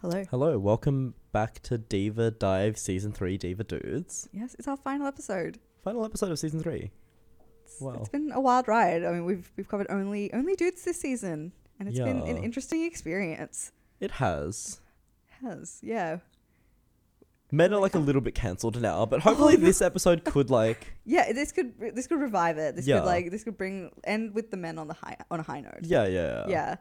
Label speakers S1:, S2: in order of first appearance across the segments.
S1: Hello.
S2: Hello, welcome back to Diva Dive Season 3 Diva Dudes.
S1: Yes, it's our final episode.
S2: Final episode of Season 3.
S1: It's,
S2: Wow.
S1: it's been a wild ride. I mean, we've we've covered only only dudes this season, and it's been an
S2: Yeah.
S1: interesting experience.
S2: It has.
S1: Has yeah,
S2: Men are like a little bit cancelled now, but hopefully this episode could like,
S1: yeah. This could this could revive it. This
S2: Yeah.
S1: could like this could bring end with the men on the high on a high note.
S2: yeah, yeah.
S1: yeah.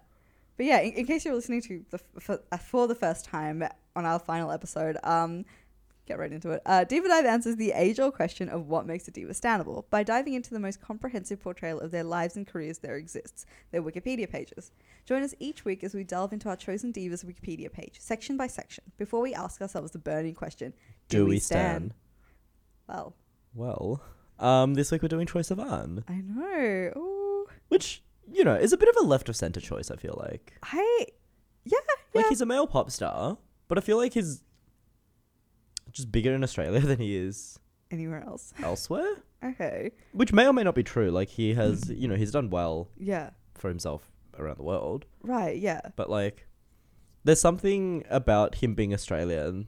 S1: But yeah, in, in case you're listening to the f- for, uh, for the first time on our final episode, um, get right into it. Uh, Diva Dive answers the age-old question of what makes a diva standable by diving into the most comprehensive portrayal of their lives and careers there exists, their Wikipedia pages. Join us each week as we delve into our chosen diva's Wikipedia page, section by section, before we ask ourselves the burning question:
S2: Do, we stand?
S1: Well,
S2: Well, um, this week we're doing Choice of Anne,
S1: I know. Ooh,
S2: which, you know, is a bit of a left of centre choice, I feel like.
S1: I yeah
S2: Like,
S1: yeah.
S2: he's a male pop star, but I feel like he's just bigger in Australia than he is
S1: Anywhere else?
S2: elsewhere,
S1: Okay.
S2: which may or may not be true. Like, he has, you know, he's done well
S1: Yeah.
S2: for himself around the world.
S1: Right. Yeah.
S2: but like there's something about him being Australian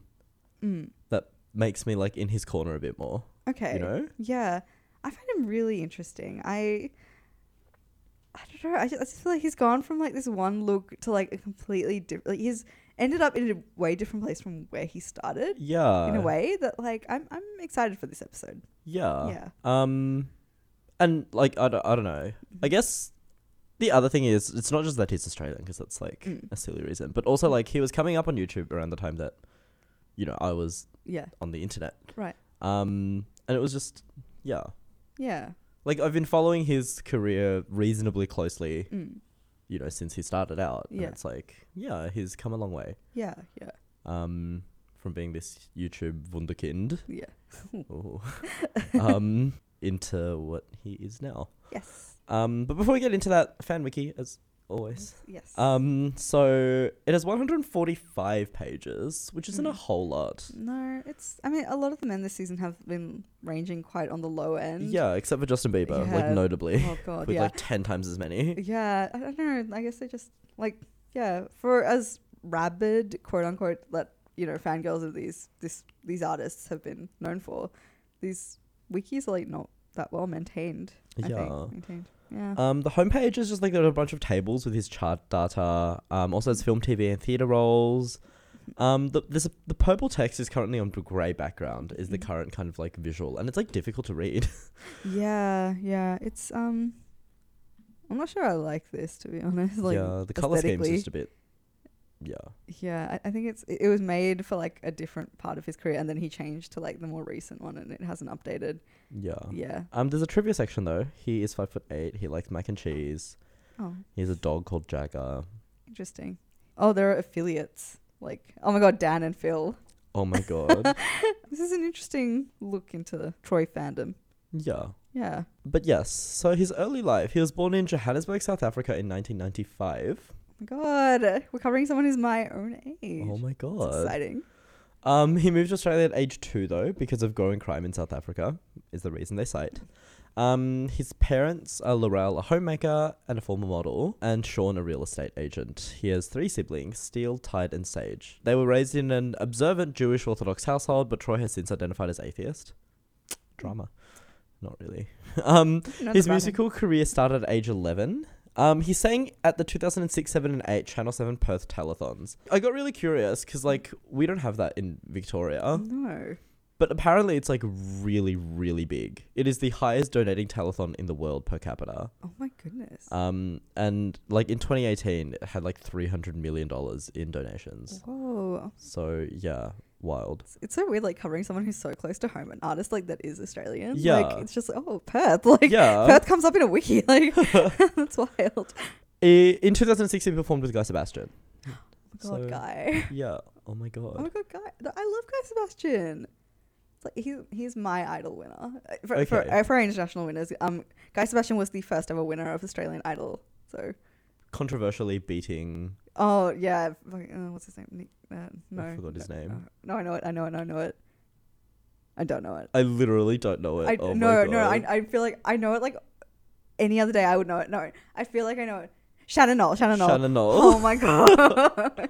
S1: Mm.
S2: that makes me like in his corner a bit more.
S1: Okay.
S2: You know?
S1: Yeah, I find him really interesting. I, I don't know. I just, I just feel like he's gone from like this one look to like a completely different. Like he's ended up in a way different place from where he started.
S2: Yeah.
S1: in a way that like I'm, I'm excited for this episode.
S2: Yeah.
S1: yeah.
S2: Um and like I don't, I don't know.
S1: Mm-hmm.
S2: I guess the other thing is it's not just that he's Australian because that's like
S1: Mm.
S2: a silly reason, but also like he was coming up on YouTube around the time that you know, I was
S1: Yeah.
S2: on the internet.
S1: Right.
S2: Um and it was just yeah.
S1: Yeah.
S2: Like I've been following his career reasonably closely,
S1: Mm.
S2: you know, since he started out.
S1: Yeah.
S2: And it's like, yeah, he's come a long way.
S1: Yeah. Yeah.
S2: um, from being this YouTube wunderkind
S1: Yeah.
S2: ooh, um, into what he is now.
S1: Yes.
S2: Um, but before we get into that, fan wiki as always.
S1: Yes.
S2: Um, so it has 145 pages, which isn't a
S1: Mm.
S2: whole lot.
S1: no, it's. I mean, a lot of the men this season have been ranging quite on the low end.
S2: Yeah, except for Justin Bieber, like
S1: Yeah.
S2: notably,
S1: Oh God.
S2: with
S1: yeah.
S2: like 10 times as many.
S1: Yeah, I don't know. I guess they just like yeah, for as rabid quote unquote that you know fangirls of these this these artists have been known for, these wikis are like not that well maintained. I
S2: Yeah.
S1: think. maintained. Yeah.
S2: Um, the homepage is just like there are a bunch of tables with his chart data. Um, also has film, TV, and theater roles. Um, the this, the purple text is currently on the grey background. Is the
S1: Mhm.
S2: current kind of like visual, and it's like difficult to read.
S1: yeah, yeah. It's um, I'm not sure I like this to be honest. Like
S2: yeah, the color scheme's
S1: aesthetically.
S2: just a bit. Yeah,
S1: Yeah, I, I think it's it it was made for like a different part of his career, and then he changed to like the more recent one, and it hasn't updated.
S2: yeah.
S1: Yeah.
S2: Um, there's a trivia section though. He is five foot eight. He likes mac and cheese.
S1: Oh.
S2: He has a dog called Jagger.
S1: Interesting. Oh, there are affiliates. Like, oh my god, Dan and Phil.
S2: Oh my god.
S1: This is an interesting look into Troy fandom.
S2: yeah.
S1: Yeah.
S2: But yes, so his early life. He was born in Johannesburg, South Africa, in 1995.
S1: Oh my god, we're covering someone who's my own age.
S2: Oh my god.
S1: It's exciting.
S2: Um, he moved to Australia at age two, though, because of growing crime in South Africa, is the reason they cite. Um, his parents are Laurel, a homemaker and a former model, and Sean, a real estate agent. He has three siblings, Steele, Tide, and Sage. They were raised in an observant Jewish Orthodox household, but Troy has since identified as atheist. Drama. Not really. Um,
S1: Nothing
S2: his
S1: about him.
S2: musical career started at age 11. Um, he sang at the 2006, 7, and 8 Channel 7 Perth telethons. I got really curious because, like, we don't have that in Victoria,
S1: Mm. No.
S2: but apparently it's, like, really, really big. It is the highest donating telethon in the world per capita.
S1: Oh my goodness.
S2: Um, and, like, in 2018, it had, like, $300 million in donations.
S1: Mm. Whoa.
S2: So, yeah, wild.
S1: It's, it's so weird, like, covering someone who's so close to home, an artist, like, that is Australian.
S2: Yeah.
S1: Like, it's just, like, oh, Perth. Like,
S2: Yeah.
S1: Perth comes up in a wiki. Like, that's wild.
S2: I- In 2016, he performed with Guy Sebastian.
S1: Oh my god,
S2: So-
S1: guy.
S2: Yeah. Oh, my God.
S1: Oh my god, Guy! th- I love Guy Sebastian. It's like he he's my idol winner Uh, for for,
S2: Okay.
S1: uh, for our international winners. Um, Guy Sebastian was the first ever winner of Australian Idol. So,
S2: Controversially beating.
S1: oh yeah, fucking- uh, what's his name? Nick, uh, no,
S2: forgot his
S1: no,
S2: name.
S1: uh, No, I know it. I know it. I know it. I don't know it.
S2: I literally don't know it.
S1: I
S2: oh my
S1: no
S2: God.
S1: no. I I feel like I know it. Like any other day, I would know it. No, I feel like I know it. Shannon Knoll. Shannon Knoll.
S2: Shannon Knoll.
S1: Oh my god.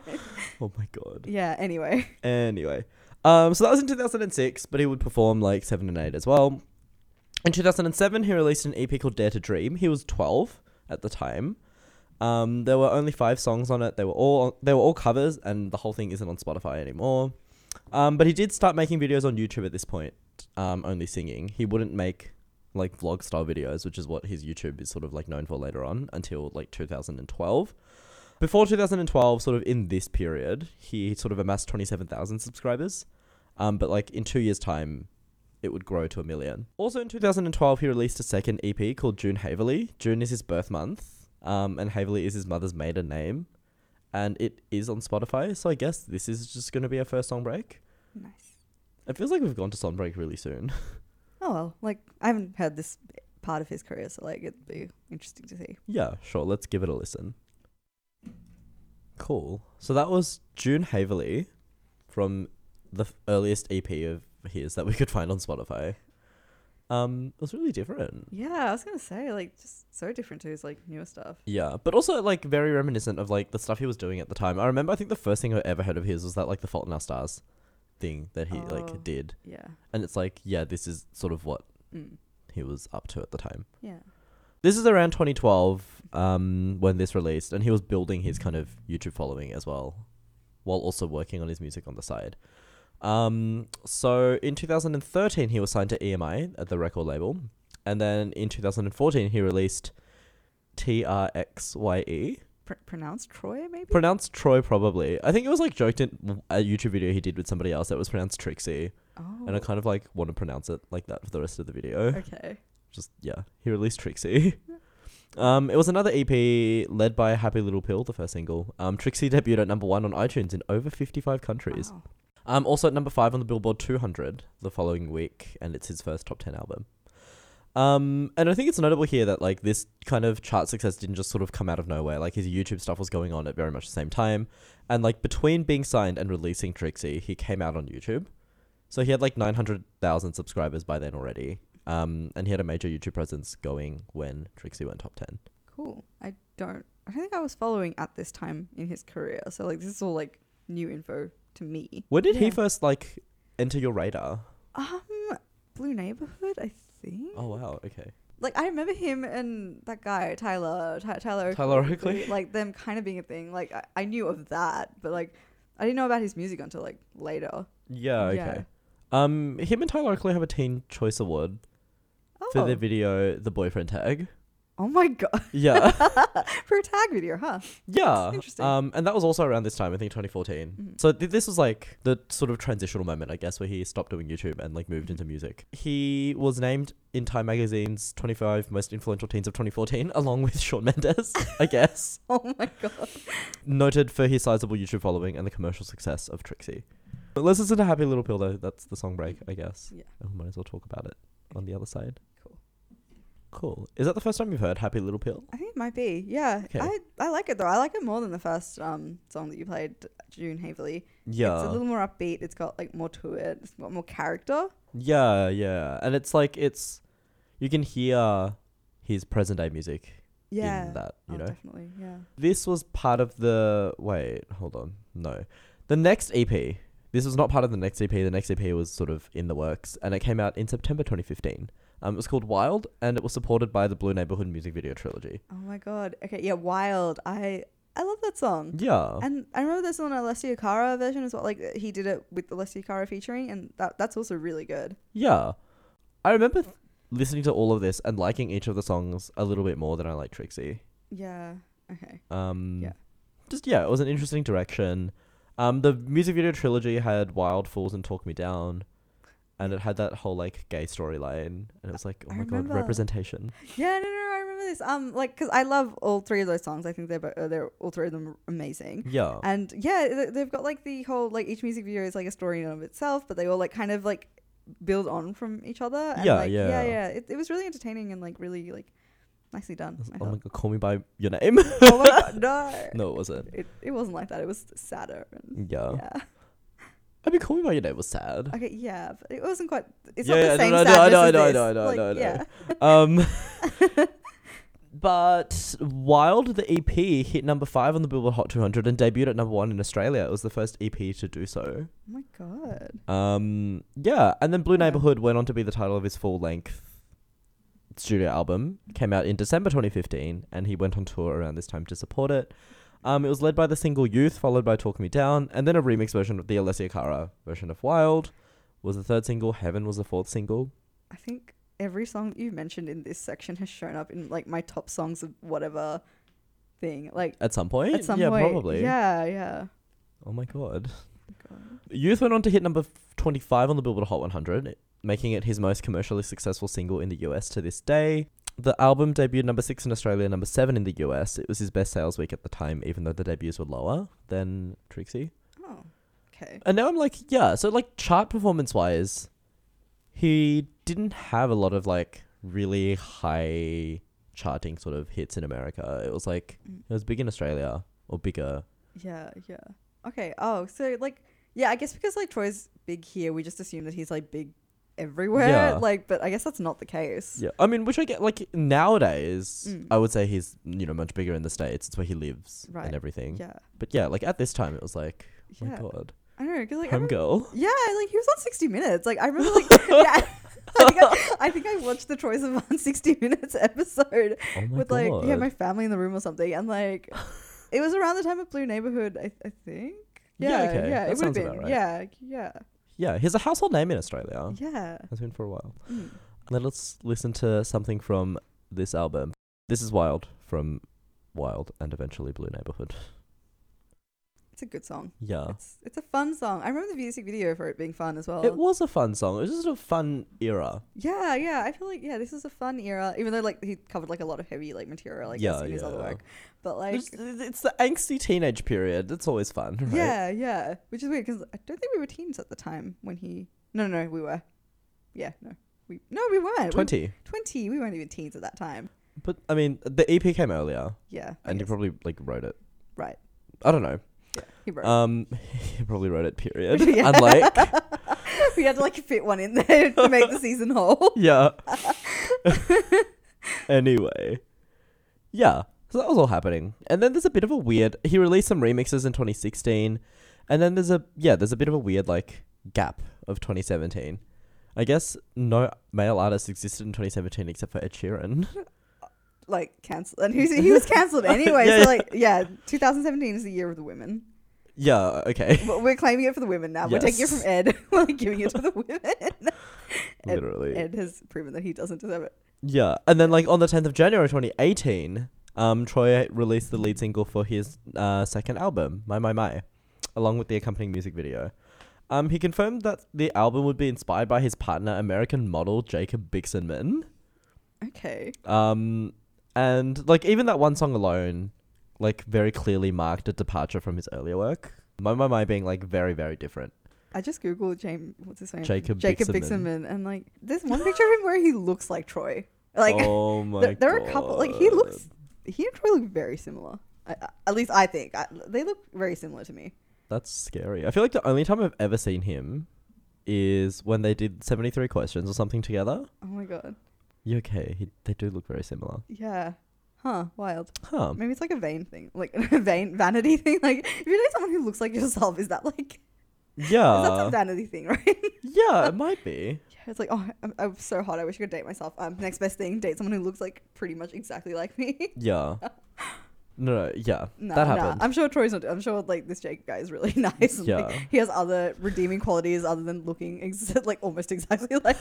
S2: Oh my god.
S1: yeah. Anyway.
S2: Anyway, um, so that was in 2006, but he would perform like seven and eight as well. In 2007, he released an EP called Dare to Dream. He was 12 at the time. Um, there were only five songs on it. They were all they were all covers, and the whole thing isn't on Spotify anymore. Um, but he did start making videos on YouTube at this point. Um, only singing. He wouldn't make like vlog style videos, which is what his YouTube is sort of like known for later on until like 2012 before 2012 sort of in this period he sort of amassed 27000 subscribers um, but like in two years time it would grow to a million also in 2012 he released a second ep called june haverly june is his birth month um, and haverly is his mother's maiden name and it is on spotify so i guess this is just going to be our first song break
S1: Nice.
S2: it feels like we've gone to song break really soon
S1: Oh well. Like I haven't heard this part of his career, so like it'd be interesting to see.
S2: Yeah, sure. Let's give it a listen. Cool. So that was June Haverly from the f- earliest EP of his that we could find on Spotify. Um, it was really different.
S1: Yeah, I was gonna say like just so different to his like newer stuff.
S2: Yeah, but also like very reminiscent of like the stuff he was doing at the time. I remember I think the first thing I ever heard of his was that like the Fault in Our Stars thing that he
S1: Oh.
S2: like did,
S1: Yeah.
S2: and it's like yeah, this is sort of what
S1: Mm.
S2: he was up to at the time.
S1: Yeah.
S2: This is around 2012 um, when this released, and he was building his kind of YouTube following as well, while also working on his music on the side. Um, so in 2013, he was signed to EMI at the record label, and then in 2014, he released TRXYE,
S1: Pr- pronounced Troy, maybe.
S2: E. pronounced Troy probably. I think it was like joked in a YouTube video he did with somebody else that was pronounced Trixie,
S1: oh.
S2: and I kind of like want to pronounce it like that for the rest of the video
S1: okay.
S2: just yeah, he released Trixie. Um, it was another EP led by Happy Little Pill, the first single. Um, Trixie debuted at number one on iTunes in over 55 countries.
S1: Wow.
S2: Um, also at number five on the Billboard 200 the following week, and it's his first top 10 album. Um, and I think it's notable here that like this kind of chart success didn't just sort of come out of nowhere. Like his YouTube stuff was going on at very much the same time, and like between being signed and releasing Trixie, he came out on YouTube, so he had like 900,000 subscribers by then already. Um, and he had a major YouTube presence going when Trixie went top 10.
S1: Cool. I don't. I don't think I was following at this time in his career. So like this is all like new info to me.
S2: When did he
S1: Yeah.
S2: first like enter your radar?
S1: Um, Blue Neighborhood, I think.
S2: Oh wow, okay.
S1: Like I remember him and that guy Tyler, Ty- Tyler,
S2: Tyler Oakley?
S1: Like them kind of being a thing. Like I, I knew of that, but like I didn't know about his music until like later.
S2: Yeah, okay.
S1: Yeah.
S2: Um, him and Tyler Oakley have a Teen Choice Award
S1: Oh,
S2: for their video, the boyfriend tag.
S1: oh my god,
S2: Yeah,
S1: for a tag video, huh?
S2: yeah.
S1: That's interesting.
S2: Um, and that was also around this time, I think, 2014.
S1: Mhm.
S2: So th- this was like the sort of transitional moment, I guess, where he stopped doing YouTube and like
S1: Mm-hmm.
S2: moved into music. He was named in Time Magazine's 25 Most Influential Teens of 2014, along with Shawn Mendes, I guess.
S1: Oh my god.
S2: Noted for his sizable YouTube following and the commercial success of Trixie. But let's listen to Happy Little Pill though. That's the song break, I guess.
S1: Mm-hmm. Yeah.
S2: And we might as well talk about it on the other side.
S1: Cool.
S2: Cool. Is that the first time you've heard Happy Little Pill?
S1: I think it might be. Yeah,
S2: Okay.
S1: I I like it though. I like it more than the first um song that you played, June Haverly.
S2: Yeah.
S1: It's a little more upbeat. It's got like more to it. It's got more character.
S2: Yeah, yeah. And it's like it's you can hear his present day music
S1: Yeah.
S2: in that, you
S1: Oh,
S2: know.
S1: definitely. Yeah.
S2: This was part of the wait, hold on. No. The next EP. This was not part of the next EP. The next EP was sort of in the works and it came out in September 2015. Um, it was called Wild and it was supported by the Blue Neighborhood music video trilogy.
S1: Oh my god. Okay. Yeah. Wild. I I love that song.
S2: Yeah.
S1: Mm-hmm. And I remember there's an Alessia Cara version as well. Like uh, he did it with Alessia Cara featuring, and that that's also really good.
S2: Yeah. I remember th- listening to all of this and liking each of the songs a little bit more than I like Trixie.
S1: Yeah. Okay.
S2: Um,
S1: Yeah.
S2: Just yeah, it was an interesting direction. Um, the music video trilogy had Wild Fools and Talk Me Down, and it had that whole like gay storyline, and it was like, oh
S1: I
S2: my
S1: remember.
S2: god, representation.
S1: Yeah. No. No. no, I remember this. Um. Like, cause I love all three of those songs. I think they're bo- uh, they're all three of them are amazing.
S2: Yeah,
S1: And yeah, th- they've got like the whole like each music video is like a story in and of itself, but they all like kind of like build on from each other. And,
S2: Yeah,
S1: like,
S2: yeah.
S1: yeah, yeah. It, it was really entertaining and like really like nicely done. I
S2: oh my
S1: thought.
S2: god, call me by your name.
S1: oh my god, no.
S2: no, it wasn't.
S1: It, it wasn't like that. It was sadder. And,
S2: Yeah.
S1: yeah.
S2: I mean, call me by your name was sad.
S1: Okay. Yeah, but it wasn't quite. It's
S2: Yeah,
S1: not
S2: yeah,
S1: the
S2: no,
S1: same
S2: no, no, I
S1: sadness
S2: know,
S1: as
S2: I know, I
S1: this.
S2: know, I know, I
S1: Like,
S2: know, I know.
S1: Yeah.
S2: um, But Wild, the EP, hit number five on the Billboard Hot 200 and debuted at number one in Australia. It was the first EP to do so.
S1: Oh my god.
S2: Um, yeah, and then Blue
S1: Yeah.
S2: Neighborhood went on to be the title of his full length studio album. Came out in December 2015, and he went on tour around this time to support it. Um, it was led by the single Youth, followed by Talk Me Down, and then a remix version of the Alessia Cara version of Wild was the third single. Heaven was the fourth single.
S1: I think every song that you mentioned in this section has shown up in like my top songs of whatever thing. Like
S2: At some point?
S1: at some
S2: yeah,
S1: point.
S2: probably.
S1: Yeah, yeah.
S2: Oh my god.
S1: God.
S2: Youth went on to hit number f- 25 on the Billboard Hot 100, making it his most commercially successful single in the US to this day. The album debuted number 6 in Australia, number 7 in the US. It was his best sales week at the time, even though the debuts were lower than Trixie.
S1: Oh. Okay.
S2: And now I'm like, yeah, so like chart performance wise, he didn't have a lot of like really high charting sort of hits in America. It was like,
S1: Mm.
S2: it was big in Australia or bigger.
S1: Yeah, yeah. Okay. Oh, so like yeah, I guess because like Troy's big here, we just assume that he's like big everywhere.
S2: Yeah.
S1: Like, but I guess that's not the case.
S2: Yeah, I mean, which I get like nowadays,
S1: Mm.
S2: I would say he's you know much bigger in the states. It's where he lives
S1: Right.
S2: and everything.
S1: Yeah.
S2: But yeah, like at this time, it was like, oh my
S1: Yeah.
S2: god,
S1: I know, because like I remember-
S2: homegirl.
S1: Yeah, like he was on 60 Minutes. Like I remember, like yeah, I think I, I think I watched the Troy Sivan 60 Minutes episode
S2: Oh my
S1: with
S2: god.
S1: like yeah my family in the room or something, and like it was around the time of Blue Neighborhood, I, I think.
S2: Yeah,
S1: Yeah, yeah,
S2: okay,
S1: it would
S2: that
S1: have
S2: sounds
S1: been.
S2: about right.
S1: Yeah, yeah,
S2: yeah, he's a household name in Australia.
S1: yeah.
S2: Has been for a while.
S1: Mm.
S2: Now let's listen to something from this album. This is Wild from Wild and eventually Blue Neighborhood.
S1: It's a good song.
S2: Yeah.
S1: It's it's a fun song. I remember the music video for it being fun as well.
S2: It was a fun song. It was just a fun era.
S1: yeah, yeah. I feel like yeah, this is a fun era. Even though like he covered like a lot of heavy like material like
S2: Yeah,
S1: in his other
S2: yeah.
S1: work, but like
S2: It's, it's the angsty teenage period. It's always fun, right?
S1: Yeah, yeah. Which is weird because I don't think we were teens at the time when he. No, no, no, we were. Yeah, no, we no, we weren't. We-
S2: 20.
S1: Twenty. We weren't even teens at that time.
S2: But I mean, the EP came earlier.
S1: Yeah. I
S2: and he
S1: guess.
S2: probably like wrote it.
S1: Right.
S2: I don't know.
S1: He wrote.
S2: Um, he probably wrote it. Period.
S1: Yeah.
S2: Unlike
S1: we had to like fit one in there to make the season whole.
S2: yeah. anyway, yeah. So that was all happening, and then there's a bit of a weird. He released some remixes in 2016, and then there's a yeah, there's a bit of a weird like gap of 2017. I guess no male artist existed in 2017 except for Ed Sheeran.
S1: Like cancel, and he's, he was cancelled anyway.
S2: Yeah,
S1: so
S2: yeah.
S1: like, yeah, 2017 is the year of the women.
S2: Yeah. Okay.
S1: But We're claiming it for the women now. We're taking it from
S2: Yes.
S1: Ed. We're giving it to the women. Ed-
S2: Literally.
S1: Ed has proven that he doesn't deserve it.
S2: Yeah, and then like on the 10th of January 2018, um, Troy released the lead single for his uh, second album, My My My, along with the accompanying music video. Um, he confirmed that the album would be inspired by his partner, American model Jacob Bixenman.
S1: Okay.
S2: Um, and like even that one song alone, like very clearly marked a departure from his earlier work. My My My being like very very different.
S1: I just googled James. What's his name?
S2: Jacob
S1: Jacob
S2: Bixenman.
S1: Bixenman, and like there's one picture of him where he looks like Troy. Like
S2: oh my
S1: there, there are a couple. Like he looks.
S2: God.
S1: He and Troy look very similar. I, I- at least I think I, they look very similar to me.
S2: That's scary. I feel like the only time I've ever seen him is when they did 73 questions or something together.
S1: Oh my god.
S2: You okay? He, they do look very similar.
S1: Yeah. Huh. Wild.
S2: Huh.
S1: Maybe it's like a vain thing, like a vain vanity thing. Like if you know someone who looks like yourself, is that like that's a
S2: Yeah.
S1: vanity thing, right?
S2: Yeah, it might be.
S1: yeah. It's like oh, I'm, I'm so hot. I wish I could date myself. Um, next best thing, date someone who looks like pretty much exactly like me.
S2: Yeah. No, no yeah.
S1: No,
S2: that
S1: no.
S2: happened.
S1: I'm sure Troy's not. I'm sure like this Jake guy is really nice. And, like,
S2: Yeah.
S1: he has other redeeming qualities other than looking ex- like almost exactly like.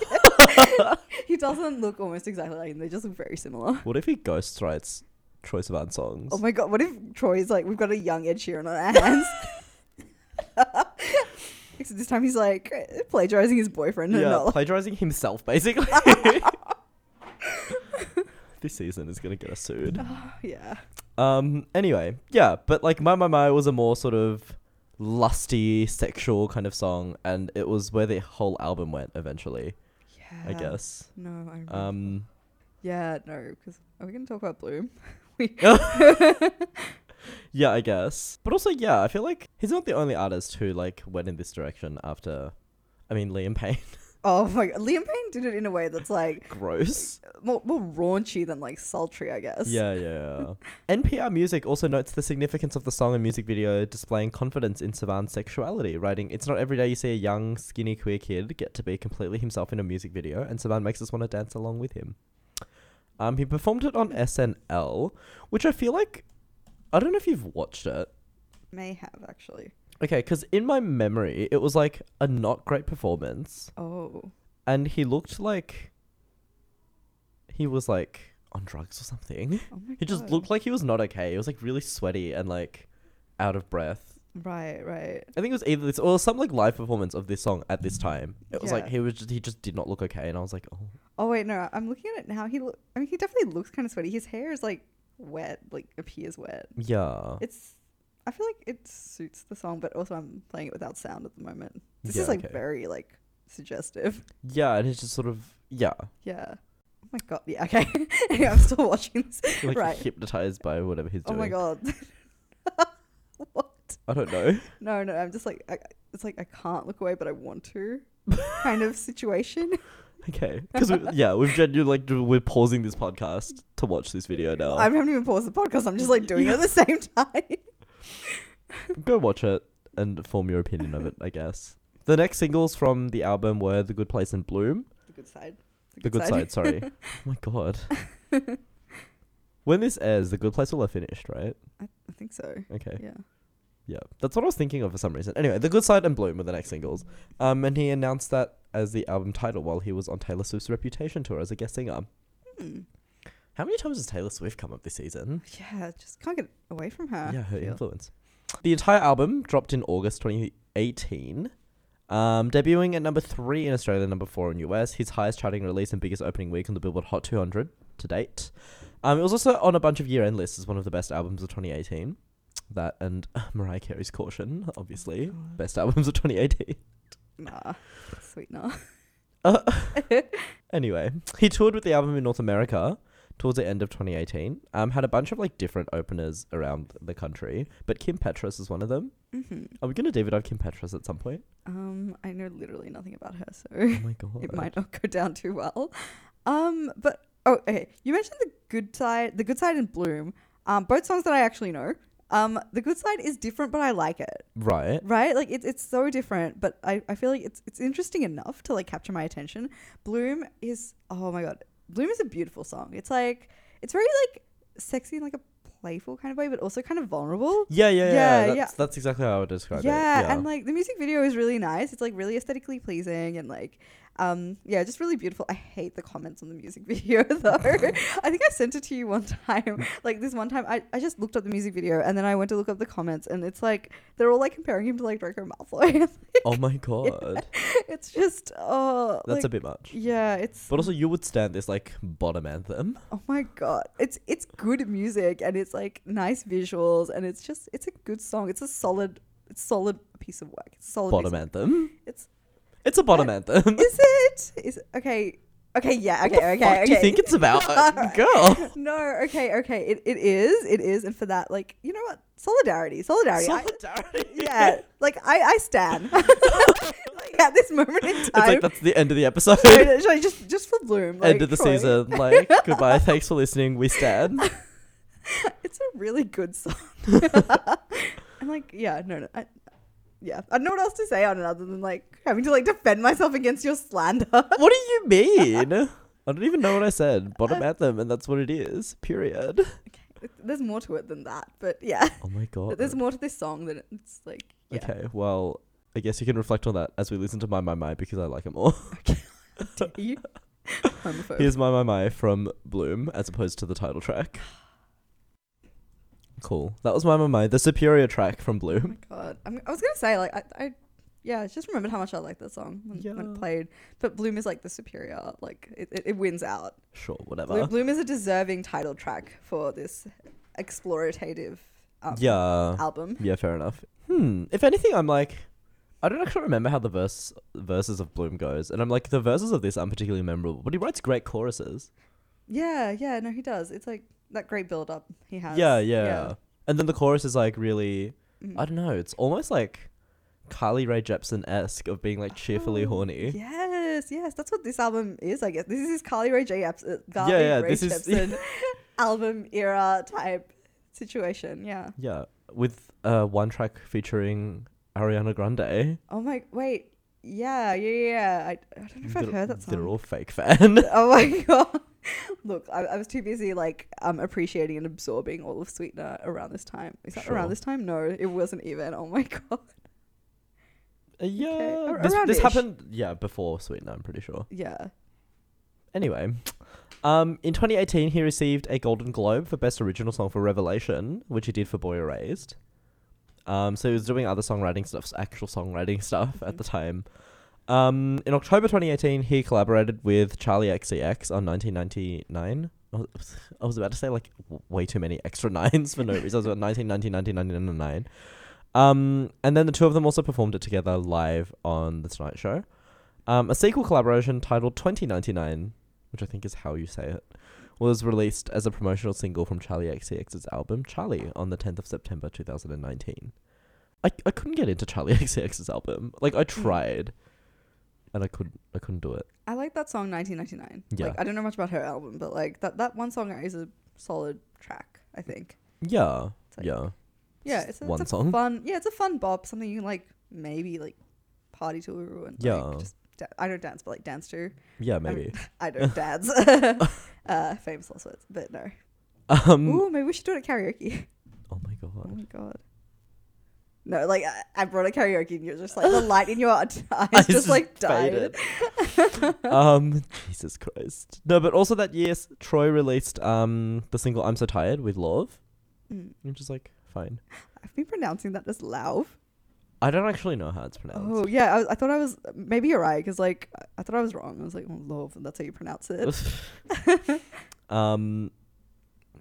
S1: he doesn't look almost exactly like him. They just look very similar.
S2: What if he ghost writes Troy Sivan songs?
S1: Oh my god! What if Troy's like we've got a young Ed Sheeran on our hands? Except this time he's like plagiarizing his boyfriend and
S2: yeah,
S1: not like,
S2: plagiarizing himself, basically. this season is going to get us sued.
S1: Oh, yeah.
S2: Um. Anyway, yeah, but like "My My My" was a more sort of lusty, sexual kind of song, and it was where the whole album went eventually.
S1: Yeah. Mm-hmm.
S2: I guess.
S1: No, I remember.
S2: Um.
S1: yeah, no, because are we gonna talk about Bloom? we Oh
S2: Yeah, I guess. But also, yeah, I feel like he's not the only artist who like went in this direction after. I mean, Liam Payne.
S1: Oh my god, Liam Payne did it in a way that's like
S2: Gross.
S1: more, more raunchy than like sultry, I guess.
S2: Yeah, yeah. NPR Music also notes the significance of the song and music video displaying confidence in Savan's sexuality, writing, It's not every day you see a young, skinny, queer kid get to be completely himself in a music video, and Savan makes us want to dance along with him. Um, he performed it on SNL, which I feel like. I don't know if you've watched it.
S1: May have actually.
S2: Okay, because in my memory, it was like a not great performance,
S1: Oh.
S2: and he looked like. He was like on drugs or something.
S1: Oh my
S2: He just
S1: God.
S2: looked like he was not okay. He was like really sweaty and like out of breath.
S1: Right, right.
S2: I think it was either this or some like live performance of this song at this time. It was like
S1: Yeah.
S2: he was just he just did not look okay, and I was like, oh,
S1: Oh wait, no, I'm looking at it now. He look I mean he definitely looks kind of sweaty. His hair is like wet, like appears wet.
S2: yeah,
S1: It's I feel like it suits the song, but also I'm playing it without sound at the moment. This
S2: Yeah,
S1: is like
S2: okay.
S1: very like suggestive.
S2: yeah, and it's just sort of yeah,
S1: Yeah. Oh my god. Yeah, okay. Yeah, I'm still watching this.
S2: like
S1: Right.
S2: hypnotized by whatever he's
S1: Oh
S2: doing.
S1: my god. what?
S2: I don't know.
S1: No, no, I'm just like I, it's like I can't look away, but I want to, kind of situation.
S2: Okay, because we, yeah, we've genuinely like we're pausing this podcast to watch this video now.
S1: I haven't even paused the podcast. I'm just like doing it at the same time.
S2: Go watch it and form your opinion of it, I guess. The next singles from the album were "The Good Place" and "Bloom."
S1: The good side.
S2: The good side, sorry. oh my god. when this airs, the good place will have finished, right?
S1: I think so.
S2: Okay.
S1: Yeah.
S2: Yeah. That's what I was thinking of for some reason. Anyway, The Good Side and Bloom were the next singles. Um, and he announced that as the album title while he was on Taylor Swift's Reputation tour as a guest singer.
S1: Hmm.
S2: How many times has Taylor Swift come up this season?
S1: Yeah, just can't get away from her.
S2: yeah, her
S1: I feel.
S2: influence. The entire album dropped in August 2018, um, debuting at number three in Australia, number four in US, his highest charting release and biggest opening week on the Billboard Hot 200 to date. Um, it was also on a bunch of year-end lists as one of the best albums of 2018. That and Mariah Carey's Caution, obviously,
S1: God.
S2: best albums of 2018.
S1: Oh, Nah, sweetener.
S2: Uh, anyway, he toured with the album in North America towards the end of 2018. Um, had a bunch of like different openers around the country, but Kim Petras is one of them.
S1: hmm
S2: Are we gonna David dive Kim Petras at some point?
S1: Um, I know literally nothing about her, so
S2: Oh my god.
S1: it might not go down too well. Um, but oh, okay. You mentioned the good side, the good side and Bloom. Um, both songs that I actually know. Um, the good side is different, but I like it.
S2: Right.
S1: Right? Like it's it's so different, but I, I feel like it's it's interesting enough to like capture my attention. Bloom is oh my god, Bloom is a beautiful song. It's like it's very like sexy in like a playful kind of way, but also kind of vulnerable.
S2: Yeah, yeah, yeah.
S1: Yeah,
S2: that's,
S1: yeah.
S2: that's exactly how I would describe
S1: yeah,
S2: it. Yeah.
S1: and like the music video is really nice. It's like really aesthetically pleasing and like um yeah, just really beautiful. I hate the comments on the music video though. I think I sent it to you one time. Like this one time I, I just looked up the music video and then I went to look up the comments and it's like they're all like comparing him to like Draco Malfoy.
S2: oh my god.
S1: it's just oh
S2: That's a
S1: like,
S2: bit much.
S1: yeah, it's
S2: But also you would stand this like bottom anthem.
S1: oh my god. It's it's good music and it's like nice visuals and it's just it's a good song. It's a solid it's solid piece of work. It's a solid
S2: Bottom
S1: piece of-
S2: anthem.
S1: Oh, It's
S2: It's a bottom anthem.
S1: Is it? Is okay. Okay. Yeah. Okay. okay.
S2: Fuck
S1: okay.
S2: do you think it's about
S1: Alright.
S2: girl?
S1: No. Okay. Okay. It, it is. It is. And for that, like, you know what? Solidarity. Solidarity. I-
S2: Solidarity.
S1: yeah. Like I, I stand. like at this moment in
S2: It's like
S1: time.
S2: that's the end of the episode.
S1: should I- should I just just for Bloom? Like,
S2: end of the
S1: Troy,
S2: season. Like goodbye. Thanks for listening. We stand.
S1: It's a really good song. I'm like, yeah, no, no. I, yeah, I don't know what else to say on it other than like having to like defend myself against your slander.
S2: What do you mean? I don't even know what I said. Bottom anthem, and that's what it is. Period.
S1: There's more to it than that, but yeah.
S2: Oh my god.
S1: But there's more to this song than it's like yeah.
S2: Okay, well, I guess you can reflect on that as we listen to My My My because I like it more.
S1: Are you homophobe?
S2: Here's My My My from Bloom as opposed to the title track. Cool. That was My My My, the superior track from
S1: oh my
S2: Bloom.
S1: god. I'm, I was gonna say like I, I yeah, I just remembered how much I liked that song when, when
S2: Yeah.
S1: it played. But Bloom is like the superior, like it, it, it wins out.
S2: Sure,
S1: Bloom,
S2: whatever.
S1: Bloom is a deserving title track for this explorative um,
S2: Yeah.
S1: album.
S2: Yeah, fair enough. Hmm. If anything, I'm like, I don't actually remember how the verse verses of Bloom goes, and I'm like, the verses of this aren't particularly memorable, but he writes great choruses.
S1: Yeah, yeah, no, he does. It's like that great build up he has. Mm-hmm. Mm.
S2: yeah, yeah, And then the chorus is like really, I don't know, it's almost like Kylie Rae Jepsen esque of being like cheerfully
S1: Oh,
S2: horny.
S1: Yes, yes, that's what this album is. I guess this is Carly Rae Jepsen, uh, Carly
S2: Yeah, yeah,
S1: Rae
S2: this is-
S1: Jepsen album era type situation. Yeah.
S2: Yeah, with uh, one track featuring Ariana Grande.
S1: Oh my, wait, yeah, yeah, yeah. yeah. I, I don't know if I've
S2: They're-
S1: heard that song.
S2: They're all fake fan.
S1: oh my god. Look, I, I was too busy like um appreciating and absorbing all of Sweetener around this time. Is that
S2: Sure.
S1: around this time? No, it wasn't even. Oh my god.
S2: Uh, yeah,
S1: ar-
S2: this, this
S1: around-ish.
S2: happened yeah before Sweetener, I'm pretty sure.
S1: Yeah.
S2: Anyway, um, in 2018 he received a Golden Globe for Best Original Song for Revelation, which he did for Boy Erased. Um, so he was doing other songwriting stuff, actual songwriting stuff at
S1: Mhm.
S2: the time. Um, in October 2018, he collaborated with Charlie XCX on 1999. I was- I was about to say like w- way too many extra nines for no reason. I was about 1990, 1999. Um, and then the two of them also performed it together live on The Tonight Show. Um, a sequel collaboration titled 2099, which I think is how you say it, was released as a promotional single from Charlie XCX's album Charlie on the 10th of September 2019. I, I couldn't get into Charlie XCX's album. Like
S1: Mm.
S2: I tried, and I couldn't I couldn't do it.
S1: I like that song 1999.
S2: Yeah.
S1: Like I don't know much about her album, but like that that one song is a solid track, I think.
S2: Yeah,
S1: It's like,
S2: yeah.
S1: Yeah,
S2: just
S1: it's a,
S2: one
S1: it's a
S2: song.
S1: fun. Yeah, it's a fun bop, something you can like maybe like party to a ruin.
S2: Yeah.
S1: Like, just da- I don't dance, but like dance to.
S2: Yeah, maybe.
S1: I don't dance. uh, famous last words, but no.
S2: Um,
S1: Ooh, maybe we should do it at karaoke.
S2: oh my
S1: Oh
S2: god.
S1: my god. No, like I, I brought a karaoke and you're just like the light in your eyes
S2: Eyes
S1: just, like died.
S2: faded. um, Jesus Christ. No, but also that year, s- Troy released um the single "I'm So Tired" with Love,
S1: Mm.
S2: which is like fine.
S1: I've been pronouncing that as Lauv.
S2: I don't actually know how it's pronounced.
S1: Oh yeah, I, was, I thought I was maybe you're right because like I- I thought I was wrong. I was like, oh, love, and that's how you pronounce it.
S2: um,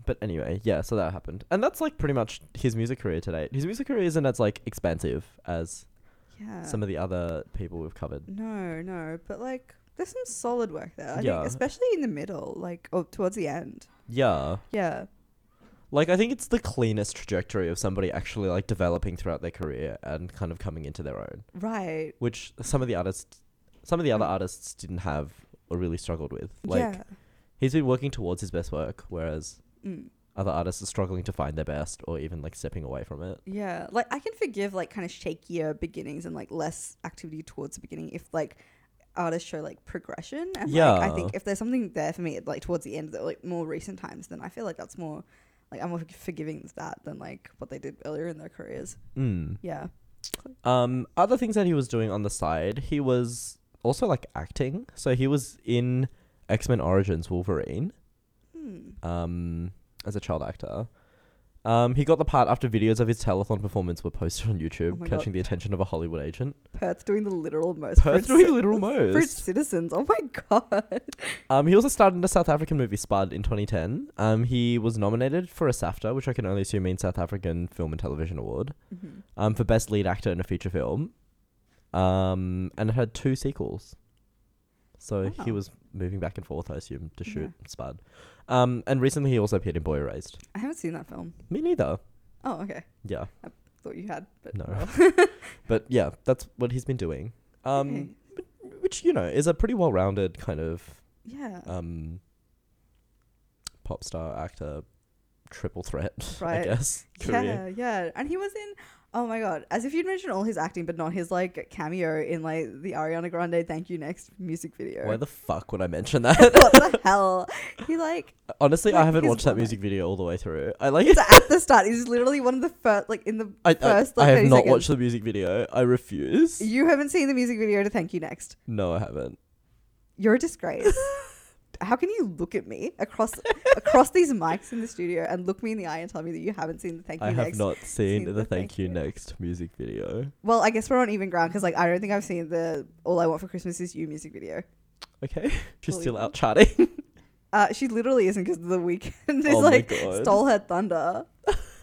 S2: but anyway, yeah. So that happened, and that's like pretty much his music career today. His music career isn't as like expansive as
S1: Yeah.
S2: some of the other people we've covered.
S1: no, no, but like there's some solid work there. I
S2: Yeah.
S1: think especially in the middle, like or towards the end.
S2: Yeah,
S1: Yeah.
S2: like I think it's the cleanest trajectory of somebody actually like developing throughout their career and kind of coming into their own,
S1: Right.
S2: which some of the artists, some of the other
S1: Mm.
S2: artists didn't have or really struggled with. Like
S1: yeah.
S2: he's been working towards his best work, whereas
S1: Mm.
S2: other artists are struggling to find their best or even like stepping away from it.
S1: Yeah, like I can forgive like kind of shakier beginnings and like less activity towards the beginning if like artists show like progression and like I
S2: Yeah.
S1: think if there's something there for me like towards the end that like more recent times then I feel like that's more like I'm more forg- forgiving of that than like what they did earlier in their careers.
S2: Mm.
S1: Yeah.
S2: Um, other things that he was doing on the side, he was also like acting. So he was in X Men Origins Wolverine
S1: Hmm.
S2: um, as a child actor. Um, he got the part after videos of his telethon performance were posted on YouTube,
S1: Oh my God.
S2: catching the attention of a Hollywood agent.
S1: Perth doing the literal most. for
S2: Perth
S1: its
S2: doing
S1: ci-
S2: literal
S1: for its
S2: most.
S1: citizens. Oh my god.
S2: Um, he also starred in the South African movie Spud in 2010. Um, he was nominated for a SAFTA, which I can only assume means South African Film and Television Award.
S1: Mhm.
S2: um, for best lead actor in a feature film, um, and it had two sequels. So he
S1: Wow.
S2: was moving back and forth, I assume, to shoot Spud. Um, and recently he also appeared in Boy Erased.
S1: I haven't seen that film.
S2: Me neither.
S1: Oh, okay.
S2: Yeah,
S1: Thought you had, but
S2: No.
S1: well.
S2: but yeah, that's what he's been doing. Um,
S1: Okay.
S2: which you know is a pretty well-rounded kind of
S1: Yeah.
S2: um, pop star actor triple threat, I
S1: Right.
S2: guess. Career.
S1: Yeah, yeah. And he was in oh my god, as if you'd mentioned all his acting but not his like cameo in like the Ariana Grande Thank You Next music video.
S2: Why the fuck would I mention that?
S1: what the hell? He like
S2: Honestly, I
S1: Like,
S2: haven't
S1: his
S2: watched that
S1: woman.
S2: music video all the way through. I like
S1: it's at the start. He's literally one of the first like in the
S2: I, I-
S1: first
S2: I,
S1: like
S2: have
S1: 30
S2: not
S1: seconds.
S2: watched the music video. I refuse.
S1: You haven't seen the music video to Thank You Next.
S2: no, I haven't.
S1: You're a disgrace. How can you look at me across across these mics in the studio and look me in the eye and tell me that you haven't seen the Thank You
S2: I have
S1: Next?
S2: not seen, the, Thank, You
S1: Next.
S2: Next music video.
S1: Well, I guess we're on even ground because like I don't think I've seen the All I Want for Christmas Is You music video.
S2: Okay, she's still
S1: Believable.
S2: out charting.
S1: Uh, she literally isn't because the weekend is
S2: Oh my
S1: like
S2: God.
S1: stole her thunder.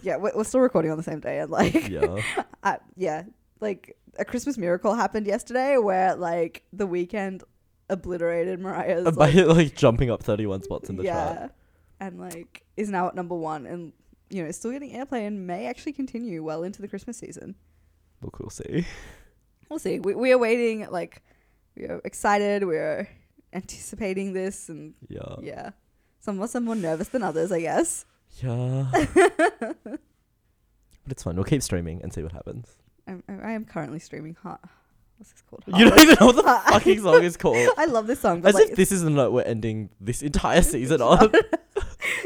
S1: yeah, we're, we're still recording on the same day, and like, yeah.
S2: yeah,
S1: Uh, yeah, like a Christmas miracle happened yesterday where like the weekend obliterated Mariah's.
S2: by
S1: like,
S2: like, jumping up thirty-one spots in the
S1: yeah,
S2: chart.
S1: and like is now at number one, and you know is still getting airplay and may actually continue well into the Christmas season.
S2: Look, we'll see.
S1: We'll see. We, we are waiting, like, we are excited. We are anticipating this. And
S2: Yeah.
S1: yeah, some, some more nervous than others, I guess.
S2: Yeah. but it's fun. We'll keep streaming and see what happens.
S1: I'm, I I am currently streaming Heart. What's this called?
S2: You don't even know what the
S1: Heart-
S2: fucking song is called.
S1: I love this song. But
S2: As
S1: like,
S2: if this is the note we're ending this entire season on.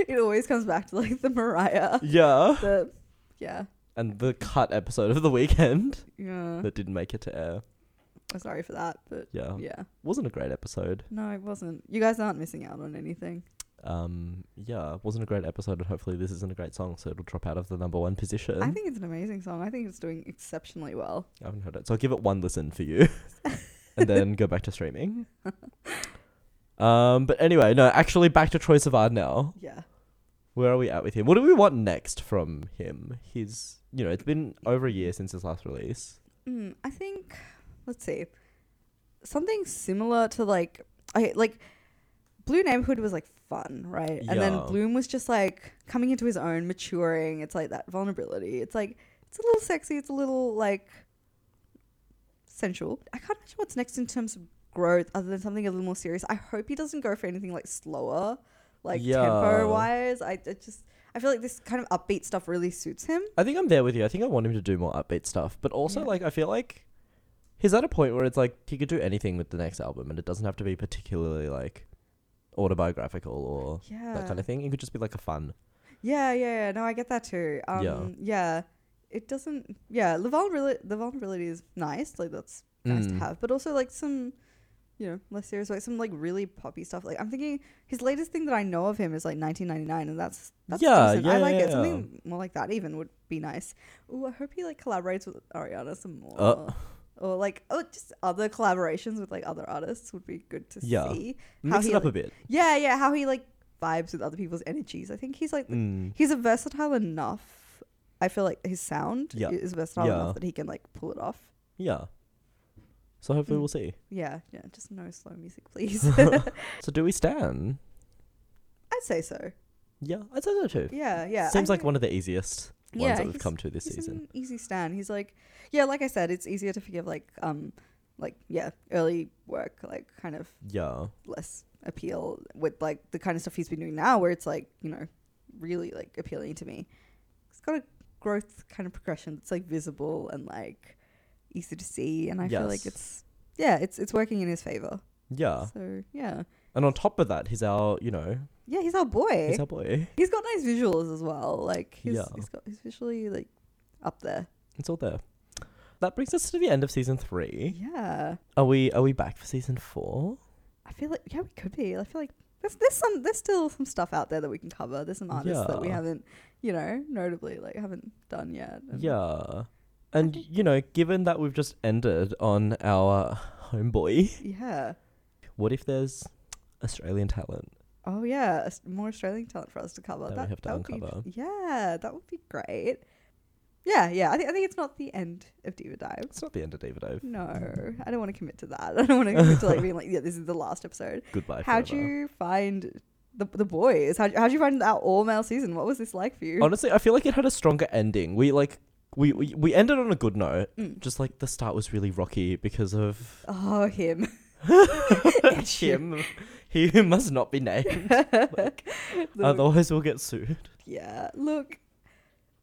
S1: it always comes back to like the Mariah.
S2: yeah.
S1: The, yeah.
S2: And the cut episode of the weekend
S1: Yeah.
S2: that didn't make it to air.
S1: I'm sorry for that, but
S2: Yeah.
S1: yeah.
S2: Wasn't a great episode.
S1: No, it wasn't. You guys aren't missing out on anything.
S2: Um, yeah, wasn't a great episode, and hopefully this isn't a great song, so it'll drop out of the number one position.
S1: I think it's an amazing song. I think it's doing exceptionally well.
S2: I haven't heard it. So I'll give it one listen for you and then go back to streaming. Um, but anyway, no, actually back to Troy Savard now.
S1: Yeah.
S2: Where are we at with him? What do we want next from him? His, you know, it's been over a year since his last release.
S1: Mm, I think let's see. Something similar to like okay, like Blue Neighborhood was like fun, right? And then
S2: Yeah.
S1: Bloom was just like coming into his own, maturing. It's like that vulnerability. It's like it's a little sexy, it's a little like sensual. I can't imagine what's next in terms of growth other than something a little more serious. I hope he doesn't go for anything like slower, like
S2: Yeah.
S1: tempo wise. I it just I feel like this kind of upbeat stuff really suits him.
S2: I think I'm there with you. I think I want him to do more upbeat stuff, but also
S1: Yeah.
S2: like I feel like he's at a point where it's like he could do anything with the next album, and it doesn't have to be particularly like autobiographical or
S1: Yeah.
S2: that kind of thing. It could just be like a fun.
S1: Yeah, yeah, yeah. No, I get that too. Um,
S2: Yeah.
S1: yeah. It doesn't. Yeah, the vulnerability, the vulnerability is nice. Like that's nice to
S2: Mm.
S1: have, but also like some, you know, less serious, like some like really poppy stuff. Like I'm thinking his latest thing that I know of him is like 1999, and that's that's
S2: Yeah,
S1: decent. I
S2: yeah,
S1: like
S2: yeah,
S1: it.
S2: yeah.
S1: Something more like that even would be nice. Ooh, I hope he like collaborates with Ariana some more.
S2: Uh.
S1: Or like oh, just other collaborations with like other artists would be good to
S2: Yeah.
S1: see. How
S2: Mix
S1: he,
S2: it up
S1: like-
S2: a bit.
S1: Yeah, yeah, how he like vibes with other people's energies. I think he's like the
S2: Mm.
S1: he's a versatile enough. I feel like his sound
S2: Yeah.
S1: is versatile
S2: Yeah.
S1: enough that he can like pull it off.
S2: Yeah. So hopefully
S1: Mm.
S2: we'll see.
S1: Yeah, yeah. Just no slow music, please. I'd
S2: So do we stand?
S1: say so.
S2: Yeah, I'd say so too.
S1: Yeah, yeah. I
S2: Seems like
S1: think
S2: one of the easiest ones
S1: Yeah,
S2: that we've
S1: he's-
S2: come to this
S1: he's
S2: season.
S1: an easy stan. He's like, yeah, like I said, it's easier to forgive like um, like yeah, early work, like kind of
S2: Yeah.
S1: less appeal with like the kind of stuff he's been doing now, where it's like you know, really like appealing to me. It's got a growth kind of progression that's like visible and like easy to see, and I feel like
S2: Yes. Uh.
S1: it's yeah, it's it's working in his favor.
S2: Yeah.
S1: So yeah,
S2: And on top of that, he's our, you know,
S1: yeah, he's our boy.
S2: he's our boy.
S1: he's got nice visuals as well. Like he's,
S2: Yeah.
S1: he's got he's visually like up there.
S2: It's all there. That brings us to the end of season three.
S1: Yeah,
S2: Are we are we back for season four?
S1: I feel like yeah, we could be. I feel like. There's, there's some there's still some stuff out there that we can cover. There's some artists that we
S2: Yeah.
S1: haven't, you know, notably like haven't done yet. and-
S2: Yeah. And you know, given that we've just ended on our homeboy,
S1: Yeah.
S2: what if there's Australian talent?
S1: Oh yeah, Aus- more Australian talent for us to cover.
S2: That
S1: That,
S2: we have to
S1: that would be-
S2: uncover.
S1: yeah, that would be great. Yeah, yeah. I think I think it's not the end of Diva Dive.
S2: It's not the end of David Ove.
S1: No, I don't want to commit to that. I don't want to commit to like being like, yeah, this is the last episode.
S2: Goodbye.
S1: How'd
S2: forever.
S1: you find the the boys? How how'd you find that all male season? What was this like for you?
S2: Honestly, I feel like it had a stronger ending. We like we we, we ended on a good note.
S1: Mm.
S2: Just like the start was really rocky because of
S1: oh, him.
S2: him. He who must not be named.
S1: Look,
S2: Otherwise we'll get sued.
S1: yeah, look.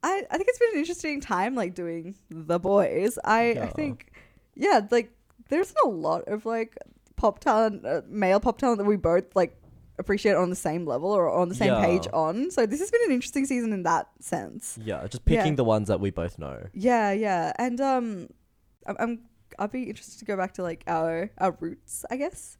S1: I, I think it's been an interesting time like doing the boys. I, I
S2: Yeah.
S1: think yeah, like there's a lot of like pop talent, uh, male pop talent that we both like appreciate on the same level or on the same
S2: Yeah.
S1: page on. So this has been an interesting season in that sense.
S2: Yeah, just
S1: Yeah.
S2: picking the ones that we both know.
S1: Yeah, yeah. And um I'm, I'm I'll be interested to go back to like our our roots, I guess.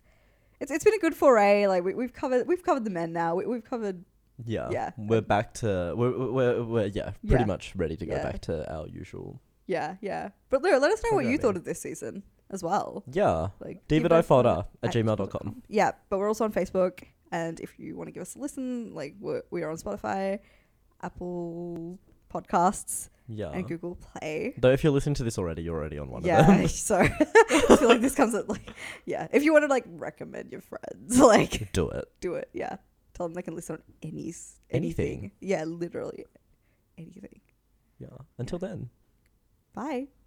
S1: It's it's been a good foray. Like we, we've covered we've covered the men now. We, we've covered
S2: Yeah.
S1: Yeah.
S2: We're back to we're we're, we're yeah,
S1: Yeah.
S2: pretty much ready to go
S1: Yeah.
S2: back to our usual.
S1: yeah, yeah. But Lou, let us know what you thought
S2: Programming.
S1: of this season as well.
S2: Yeah.
S1: Like
S2: David
S1: give
S2: I
S1: us-
S2: Fodder at
S1: at
S2: gmail.com.
S1: Yeah, but we're also on Facebook, and if you want to give us a listen, like we're, we are on Spotify, Apple Podcasts,
S2: Yeah.
S1: and Google Play.
S2: Though if you're listening to this already, you're already on Uh-huh. one of them.
S1: yeah, so I feel like this comes at like yeah. If you want to like recommend your friends, like
S2: Do it.
S1: do it. Yeah, tell them they can listen on any s-
S2: Anything.
S1: anything. Yeah, literally anything.
S2: Yeah. Until then.
S1: Bye.